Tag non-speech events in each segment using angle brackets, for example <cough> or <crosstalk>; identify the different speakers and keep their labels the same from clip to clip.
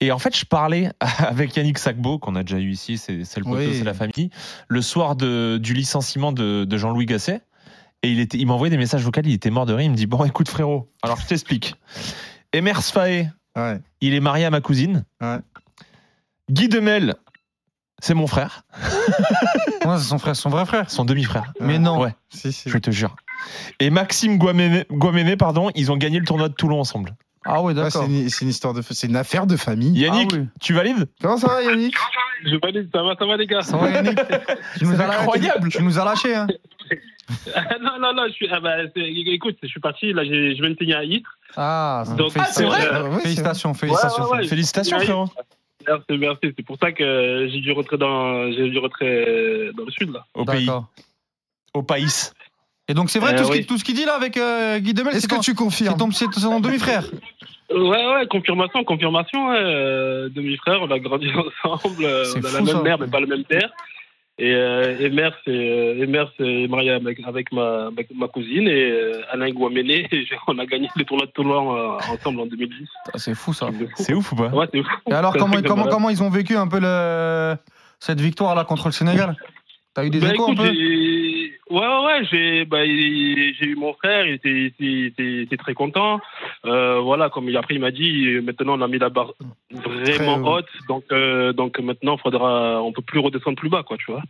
Speaker 1: Et en fait, je parlais <laughs> avec Yannick Sacbo, qu'on a déjà eu ici, c'est c'est le poteau,
Speaker 2: Oui.
Speaker 1: c'est la famille, le soir de- du licenciement de, de Jean-Louis Gasset. Et il, était, il m'envoyait des messages vocaux, il était mort de rire. Il me dit Bon, écoute, frérot, alors je t'explique. Emers Faé,
Speaker 2: Ouais.
Speaker 1: il est marié à ma cousine.
Speaker 2: Ouais.
Speaker 1: Guy Demel, c'est mon frère,
Speaker 2: Non, c'est son frère, son vrai frère.
Speaker 1: son demi-frère.
Speaker 2: Mais non.
Speaker 1: Ouais.
Speaker 2: Si, si.
Speaker 1: Je te jure. Et Maxime Guaméné, Guaméné, pardon, ils ont gagné le tournoi de Toulon ensemble.
Speaker 3: Ah ouais,
Speaker 2: Ah, c'est
Speaker 3: d'accord.
Speaker 2: une, c'est une histoire de, fa- c'est une affaire de famille.
Speaker 1: Yannick,
Speaker 3: Ah oui.
Speaker 1: tu valides
Speaker 2: Comment ça va,
Speaker 3: <laughs>
Speaker 2: Yannick
Speaker 4: Je valide, ça va, ça va les gars.
Speaker 3: Ça va, Yannick Tu nous
Speaker 2: C'est
Speaker 3: as lâché-
Speaker 2: incroyable.
Speaker 3: Tu nous as lâché, hein
Speaker 4: <laughs> non, non, non, je suis, ah bah, c'est- écoute, je suis parti, là, j'ai- je viens de signer à Ytre.
Speaker 3: Ah,
Speaker 4: Donc-
Speaker 3: félicitations.
Speaker 4: Ah, c'est vrai
Speaker 2: Ah, ouais,
Speaker 3: Félicitations, félicitations.
Speaker 4: Ouais, ouais,
Speaker 1: <laughs>
Speaker 4: ouais.
Speaker 1: Félicitations,
Speaker 4: Oui.
Speaker 1: frérot.
Speaker 4: Merci, merci. C'est pour ça que j'ai dû rentrer dans, j'ai dû rentrer dans le sud, là.
Speaker 1: Au pays.
Speaker 3: D'accord.
Speaker 1: Au pays.
Speaker 3: Et donc c'est vrai
Speaker 4: Euh,
Speaker 3: tout, ce
Speaker 4: oui.
Speaker 3: qui, tout ce qu'il dit là avec euh, Guy Demel,
Speaker 2: Est-ce
Speaker 3: c'est
Speaker 2: que
Speaker 3: ton,
Speaker 2: tu
Speaker 3: c'est
Speaker 2: confirmes
Speaker 3: ton, c'est ton demi-frère.
Speaker 4: Ouais, ouais, confirmation, confirmation. ouais. Euh, Demi-frère, on a grandi <laughs> ensemble. euh,
Speaker 3: C'est
Speaker 4: On a
Speaker 3: fou,
Speaker 4: la
Speaker 3: ça.
Speaker 4: même mère, mais pas le même père. Et, euh, et mère, c'est euh, et mère, c'est mariée avec, avec ma, ma, ma cousine et euh, Alain Guaméné. <laughs> Et je- On a gagné le tournoi de Toulon euh, ensemble en 2010.
Speaker 3: Ah, C'est fou
Speaker 4: <laughs>
Speaker 3: ça.
Speaker 4: Truc de fou.
Speaker 1: C'est ouf ou pas
Speaker 4: Ouais, c'est fou.
Speaker 3: Et alors
Speaker 4: C'est un
Speaker 3: comment,
Speaker 4: truc de
Speaker 3: comment,
Speaker 4: malade.
Speaker 3: comment ils ont vécu un peu le... cette victoire là contre le Sénégal T'as eu des
Speaker 4: Bah,
Speaker 3: échos
Speaker 4: écoute,
Speaker 3: un peu
Speaker 4: j'ai- Ouais, ouais, ouais, j'ai bah, il- j'ai eu mon frère, il était, il était- il était- il était très content. Euh, voilà, comme il- après il m'a dit, euh, maintenant on a mis la barre vraiment
Speaker 2: Très haut.
Speaker 4: haute, donc, euh, donc maintenant faudra, on peut plus redescendre plus bas, quoi, tu vois.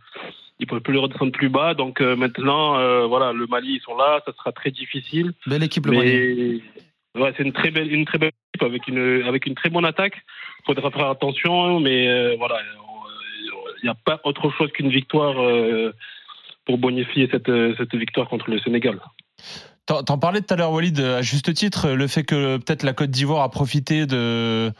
Speaker 4: Il peut plus redescendre plus bas, donc euh, maintenant, euh, voilà, le Mali, ils sont là, ça sera très difficile.
Speaker 3: Belle équipe le Mali.
Speaker 4: Mais ouais, c'est une très belle, une très belle équipe avec une avec une très bonne attaque. Faudra faire attention, mais euh, voilà, il n'y a pas autre chose qu'une victoire euh, pour bonifier cette euh, cette victoire contre le Sénégal.
Speaker 1: T'en t'en parlais tout à l'heure, Walid, à juste titre, le fait que peut-être la Côte d'Ivoire a profité de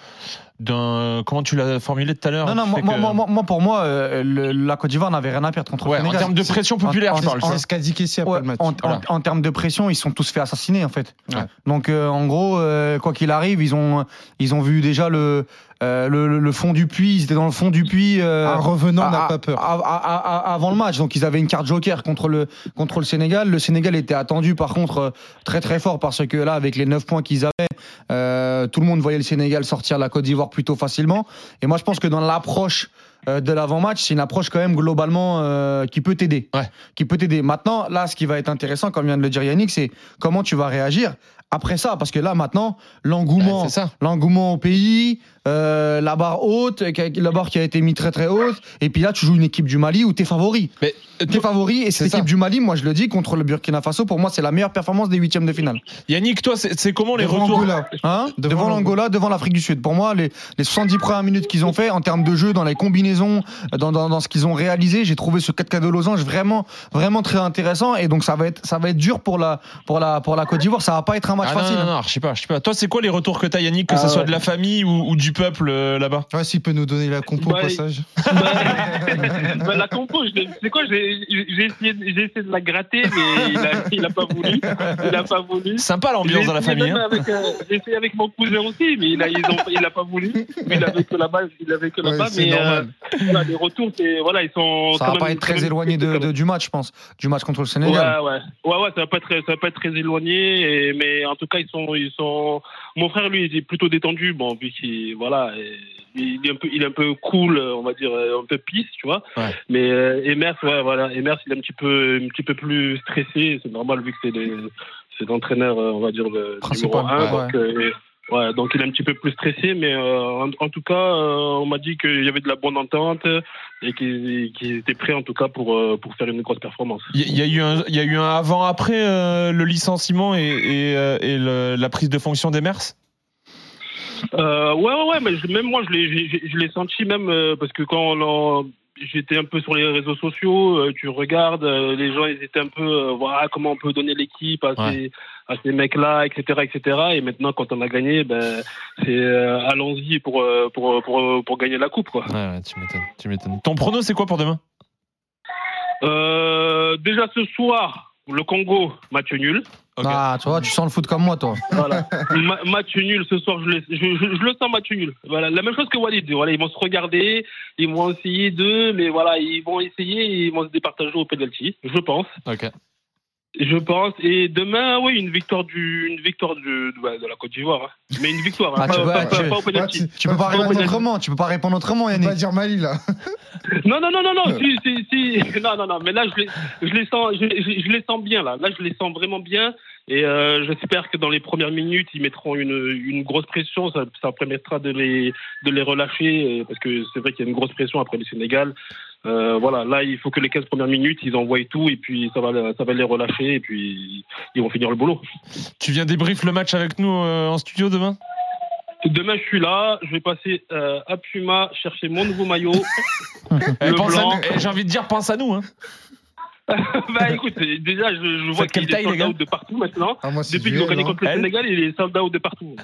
Speaker 1: d'un. Comment tu l'as formulé tout à l'heure
Speaker 3: Non, non,
Speaker 1: du
Speaker 3: moi,
Speaker 1: fait que-
Speaker 3: moi- moi- moi, pour moi, euh, le- la Côte d'Ivoire n'avait rien à perdre contre
Speaker 1: Ouais,
Speaker 3: le
Speaker 1: en
Speaker 3: Sénégal.
Speaker 1: termes de pression populaire,
Speaker 3: en-
Speaker 1: je parle.
Speaker 3: en-
Speaker 2: C'est ce qu'a dit Kessie après
Speaker 3: Ouais,
Speaker 2: le match.
Speaker 3: en, en-
Speaker 1: Voilà.
Speaker 3: en termes de pression, ils sont tous fait assassiner en fait.
Speaker 2: Ouais.
Speaker 3: Donc euh, en gros, euh, quoi qu'il arrive, ils ont ils ont vu déjà le euh, le, le- le fond du puits. Ils étaient dans le fond du puits. euh, ah,
Speaker 2: Un revenant n'a
Speaker 3: à-
Speaker 2: pas peur.
Speaker 3: à- à- à- avant le match, donc ils avaient une carte joker contre le contre le Sénégal. Le Sénégal était attendu par contre euh, très très fort parce que là, avec les 9 points qu'ils avaient, euh, tout le monde voyait le Sénégal sortir la Côte d'Ivoire plutôt facilement. Et moi, je pense que dans l'approche euh, de l'avant-match, c'est une approche quand même globalement euh, qui peut t'aider qui peut t'aider. Maintenant, là, ce qui va être intéressant, comme vient de le dire Yannick, c'est comment tu vas réagir après ça. Parce que là, maintenant, l'engouement,
Speaker 1: Ouais, c'est ça.
Speaker 3: l'engouement au pays, euh, la barre haute, qui a- la barre qui a été mise très très haute. Et puis là, tu joues une équipe du Mali où t'es favori.
Speaker 1: Mais euh,
Speaker 3: T'es
Speaker 1: toi-
Speaker 3: favori et cette
Speaker 1: C'est ça.
Speaker 3: équipe du Mali, moi je le dis, contre le Burkina Faso, pour moi, c'est la meilleure performance des huitièmes de finale.
Speaker 1: Yannick, toi, c'est c'est comment les
Speaker 2: Devant
Speaker 1: retours
Speaker 2: Angola.
Speaker 3: Hein
Speaker 2: Devant
Speaker 3: devant
Speaker 2: l'Angola.
Speaker 3: l'Angola, devant l'Afrique du Sud. Pour moi, les, les 70 premières minutes qu'ils ont fait en termes de jeu, dans les combinaisons, dans, dans, dans ce qu'ils ont réalisé, j'ai trouvé ce 4K de losange vraiment, vraiment très intéressant. Et donc, ça va être, ça va être dur pour la, pour la, pour la Côte d'Ivoire. Ça va pas être un match
Speaker 1: Ah, non,
Speaker 3: facile.
Speaker 1: non, non, je sais pas, je sais pas. Toi, c'est quoi les retours que t'as, Yannick, que
Speaker 3: Euh,
Speaker 1: ce
Speaker 4: Ah,
Speaker 1: soit
Speaker 4: ouais.
Speaker 1: de la famille ou, ou du peuple euh, là-bas
Speaker 2: Ouais, s'il peut nous donner la compo au
Speaker 4: Bah, <laughs>
Speaker 2: passage.
Speaker 4: Bah, la compo, je l'ai- c'est quoi J'ai j'ai essayé, de- j'ai essayé de la gratter, mais il a, il a pas voulu. Il a pas voulu.
Speaker 1: Sympa l'ambiance
Speaker 4: J'ai
Speaker 1: dans la
Speaker 4: essayé
Speaker 1: famille.
Speaker 4: même
Speaker 1: hein.
Speaker 4: avec, euh, J'ai essayé avec mon cousin aussi, mais il a, ils ont, il a pas voulu. Il avait que la balle, il avait que la
Speaker 2: Ouais,
Speaker 4: balle,
Speaker 2: c'est
Speaker 4: mais euh,
Speaker 2: normal.
Speaker 4: voilà, les retours, c'est voilà, ils sont.
Speaker 3: Ça
Speaker 4: quand
Speaker 3: va pas
Speaker 4: même-
Speaker 3: être très
Speaker 4: quand même-
Speaker 3: éloigné de, de- du match, je pense. Du match contre le
Speaker 4: Ouais,
Speaker 3: Sénégal.
Speaker 4: ouais, ouais, ouais, ça va pas être, ça va pas être très éloigné, et- mais en tout cas, ils sont, ils sont. Mon frère, lui, il est plutôt détendu, bon, vu qu'il, voilà, et- il est un peu, il est un peu cool, on va dire, euh, un peu pisse, tu vois.
Speaker 1: Ouais.
Speaker 4: Mais euh, Emers, ouais, voilà, Emers, il est un petit peu, un petit peu plus stressé, c'est normal vu que c'est les, c'est l'entraîneur, euh, on va dire, le numéro
Speaker 3: Principal,
Speaker 4: 1,
Speaker 3: ouais.
Speaker 4: donc. euh, ouais, donc il est un petit peu plus stressé, mais euh, en, en tout cas, euh, on m'a dit qu'il y avait de la bonne entente et qu'ils qu'ils étaient prêts en tout cas pour, euh, pour faire une grosse performance.
Speaker 1: Il y, il y a eu un- il y a eu un avant-après euh, le licenciement et, et, euh, et le- la prise de fonction des mers
Speaker 4: Euh, ouais, ouais, ouais, mais je- même moi, je l'ai, j'ai- j'ai- je l'ai senti, même euh, parce que quand on en- j'étais un peu sur les réseaux sociaux, euh, tu regardes, euh, les gens, ils étaient un peu, euh, voilà, comment on peut donner l'équipe à
Speaker 1: Ouais.
Speaker 4: ces, à ces mecs-là, etc., etc. Et maintenant, quand on a gagné, ben, c'est euh, allons-y pour, euh, pour, pour, pour gagner la coupe, quoi.
Speaker 1: Ouais, ouais, tu m'étonnes, tu m'étonnes. Ton prono, c'est quoi pour demain
Speaker 4: Euh, déjà ce soir, le Congo, match nul.
Speaker 1: Ok.
Speaker 3: Ah, tu vois, tu sens le foot comme moi, toi.
Speaker 4: Voilà. Ma- match nul ce soir, je le, je, je- je le sens match nul. Voilà, la même chose que Walid. Voilà, ils vont se regarder, ils vont essayer d'eux, mais voilà, ils vont essayer, et ils vont se départager au penalty, je pense.
Speaker 1: Ok.
Speaker 4: Je pense. Et demain, oui, une victoire du, une victoire du, bah, de la Côte d'Ivoire. hein. Mais une victoire. hein.
Speaker 3: Ah, tu
Speaker 4: pas,
Speaker 3: vois,
Speaker 4: pas-
Speaker 3: tu-
Speaker 4: pas- pas au penalty.
Speaker 3: Tu peux pas
Speaker 4: Pas au
Speaker 3: répondre
Speaker 4: penalty.
Speaker 3: autrement, tu peux pas répondre autrement,
Speaker 2: On va
Speaker 3: Yannick.
Speaker 2: dire Mali là.
Speaker 4: Non, non, non, non,
Speaker 1: Euh.
Speaker 4: non. si, si, si. <laughs> Non, non, non. Mais là, je les, je les sens, je, je- je les sens bien là. Là, je les sens vraiment bien. Et euh, j'espère que dans les premières minutes, ils mettront une, une grosse pression. Ça, ça permettra de les, de les relâcher euh, parce que c'est vrai qu'il y a une grosse pression après le Sénégal. Euh, voilà, là, il faut que les 15 premières minutes, ils envoient tout et puis ça va, ça va les relâcher et puis ils vont finir le boulot.
Speaker 1: Tu viens débrief le match avec nous euh, en studio demain
Speaker 4: Demain, je suis là. Je vais passer euh, à Puma chercher mon
Speaker 1: <laughs>
Speaker 4: nouveau maillot. <laughs>
Speaker 1: Eh,
Speaker 4: Le
Speaker 1: pense à
Speaker 4: blanc.
Speaker 1: nous. Eh, J'ai envie de dire, pense à nous. hein.
Speaker 4: bah écoute, déjà, je, je vois
Speaker 1: Faites quelle
Speaker 4: qu'il
Speaker 1: taille,
Speaker 4: est
Speaker 1: les
Speaker 4: sold
Speaker 1: gars
Speaker 4: out de partout maintenant.
Speaker 2: Ah, moi, c'est
Speaker 4: Depuis qu'ils
Speaker 2: duel,
Speaker 4: ont gagné
Speaker 2: hein.
Speaker 4: contre le
Speaker 1: Elle
Speaker 4: Sénégal, il est sold out
Speaker 1: <laughs>
Speaker 4: de partout.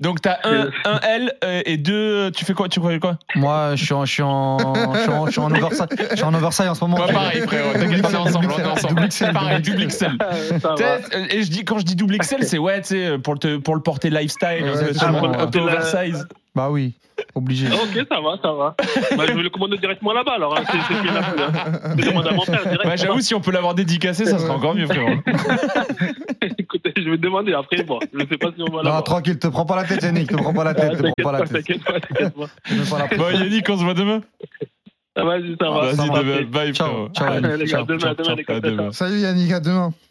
Speaker 1: Donc, t'as un, un L euh, et deux. euh, Tu fais quoi Tu croyais quoi
Speaker 3: Moi, je suis en, je suis en, je suis en, je suis en oversize, je suis en oversize en ce moment.
Speaker 1: Pas pareil, frérot. T'inquiète pas, on est ensemble. on est ensemble. C'est pareil, double XL.
Speaker 4: Ça va.
Speaker 1: T'sais, euh, Et je dis, quand je dis double XL, c'est ouais, tu sais, pour, le- pour le porter lifestyle,
Speaker 2: Ouais,
Speaker 1: euh,
Speaker 2: c'est
Speaker 1: sur
Speaker 2: bon,
Speaker 1: mon-
Speaker 4: ouais.
Speaker 1: un peu oversize.
Speaker 3: Bah oui, obligé.
Speaker 4: Ok, ça va, ça va. Bah, je vais le commander directement là-bas alors. hein. C'est c'est qui est là-bas. hein. Je demande à mon frère direct.
Speaker 1: Bah, J'avoue, si on peut l'avoir dédicacé, ça serait
Speaker 2: Ouais.
Speaker 1: encore mieux,
Speaker 4: <laughs>
Speaker 1: frérot.
Speaker 4: Écoutez, je vais demander après. Bon, je sais pas si on va
Speaker 3: Non,
Speaker 4: là-bas.
Speaker 3: tranquille, te prends pas la tête, Yannick, te prends pas la
Speaker 4: Ah,
Speaker 3: tête, te
Speaker 4: T'inquiète
Speaker 3: prends pas
Speaker 4: pas, <laughs>
Speaker 3: la tête.
Speaker 4: t'inquiète pas, t'inquiète pas.
Speaker 3: Te mets pas la
Speaker 1: Bon, Yannick, on se voit demain.
Speaker 4: Ça va, ça va.
Speaker 1: Vas-y,
Speaker 4: ça va.
Speaker 1: demain. Bye,
Speaker 3: Ciao,
Speaker 1: frérot.
Speaker 3: ciao,
Speaker 4: Ah,
Speaker 3: Yannick,
Speaker 4: les gars,
Speaker 3: ciao,
Speaker 4: demain,
Speaker 3: ciao,
Speaker 4: demain,
Speaker 3: ciao.
Speaker 1: À
Speaker 4: les gars,
Speaker 1: demain.
Speaker 2: hein. Salut Yannick, à demain.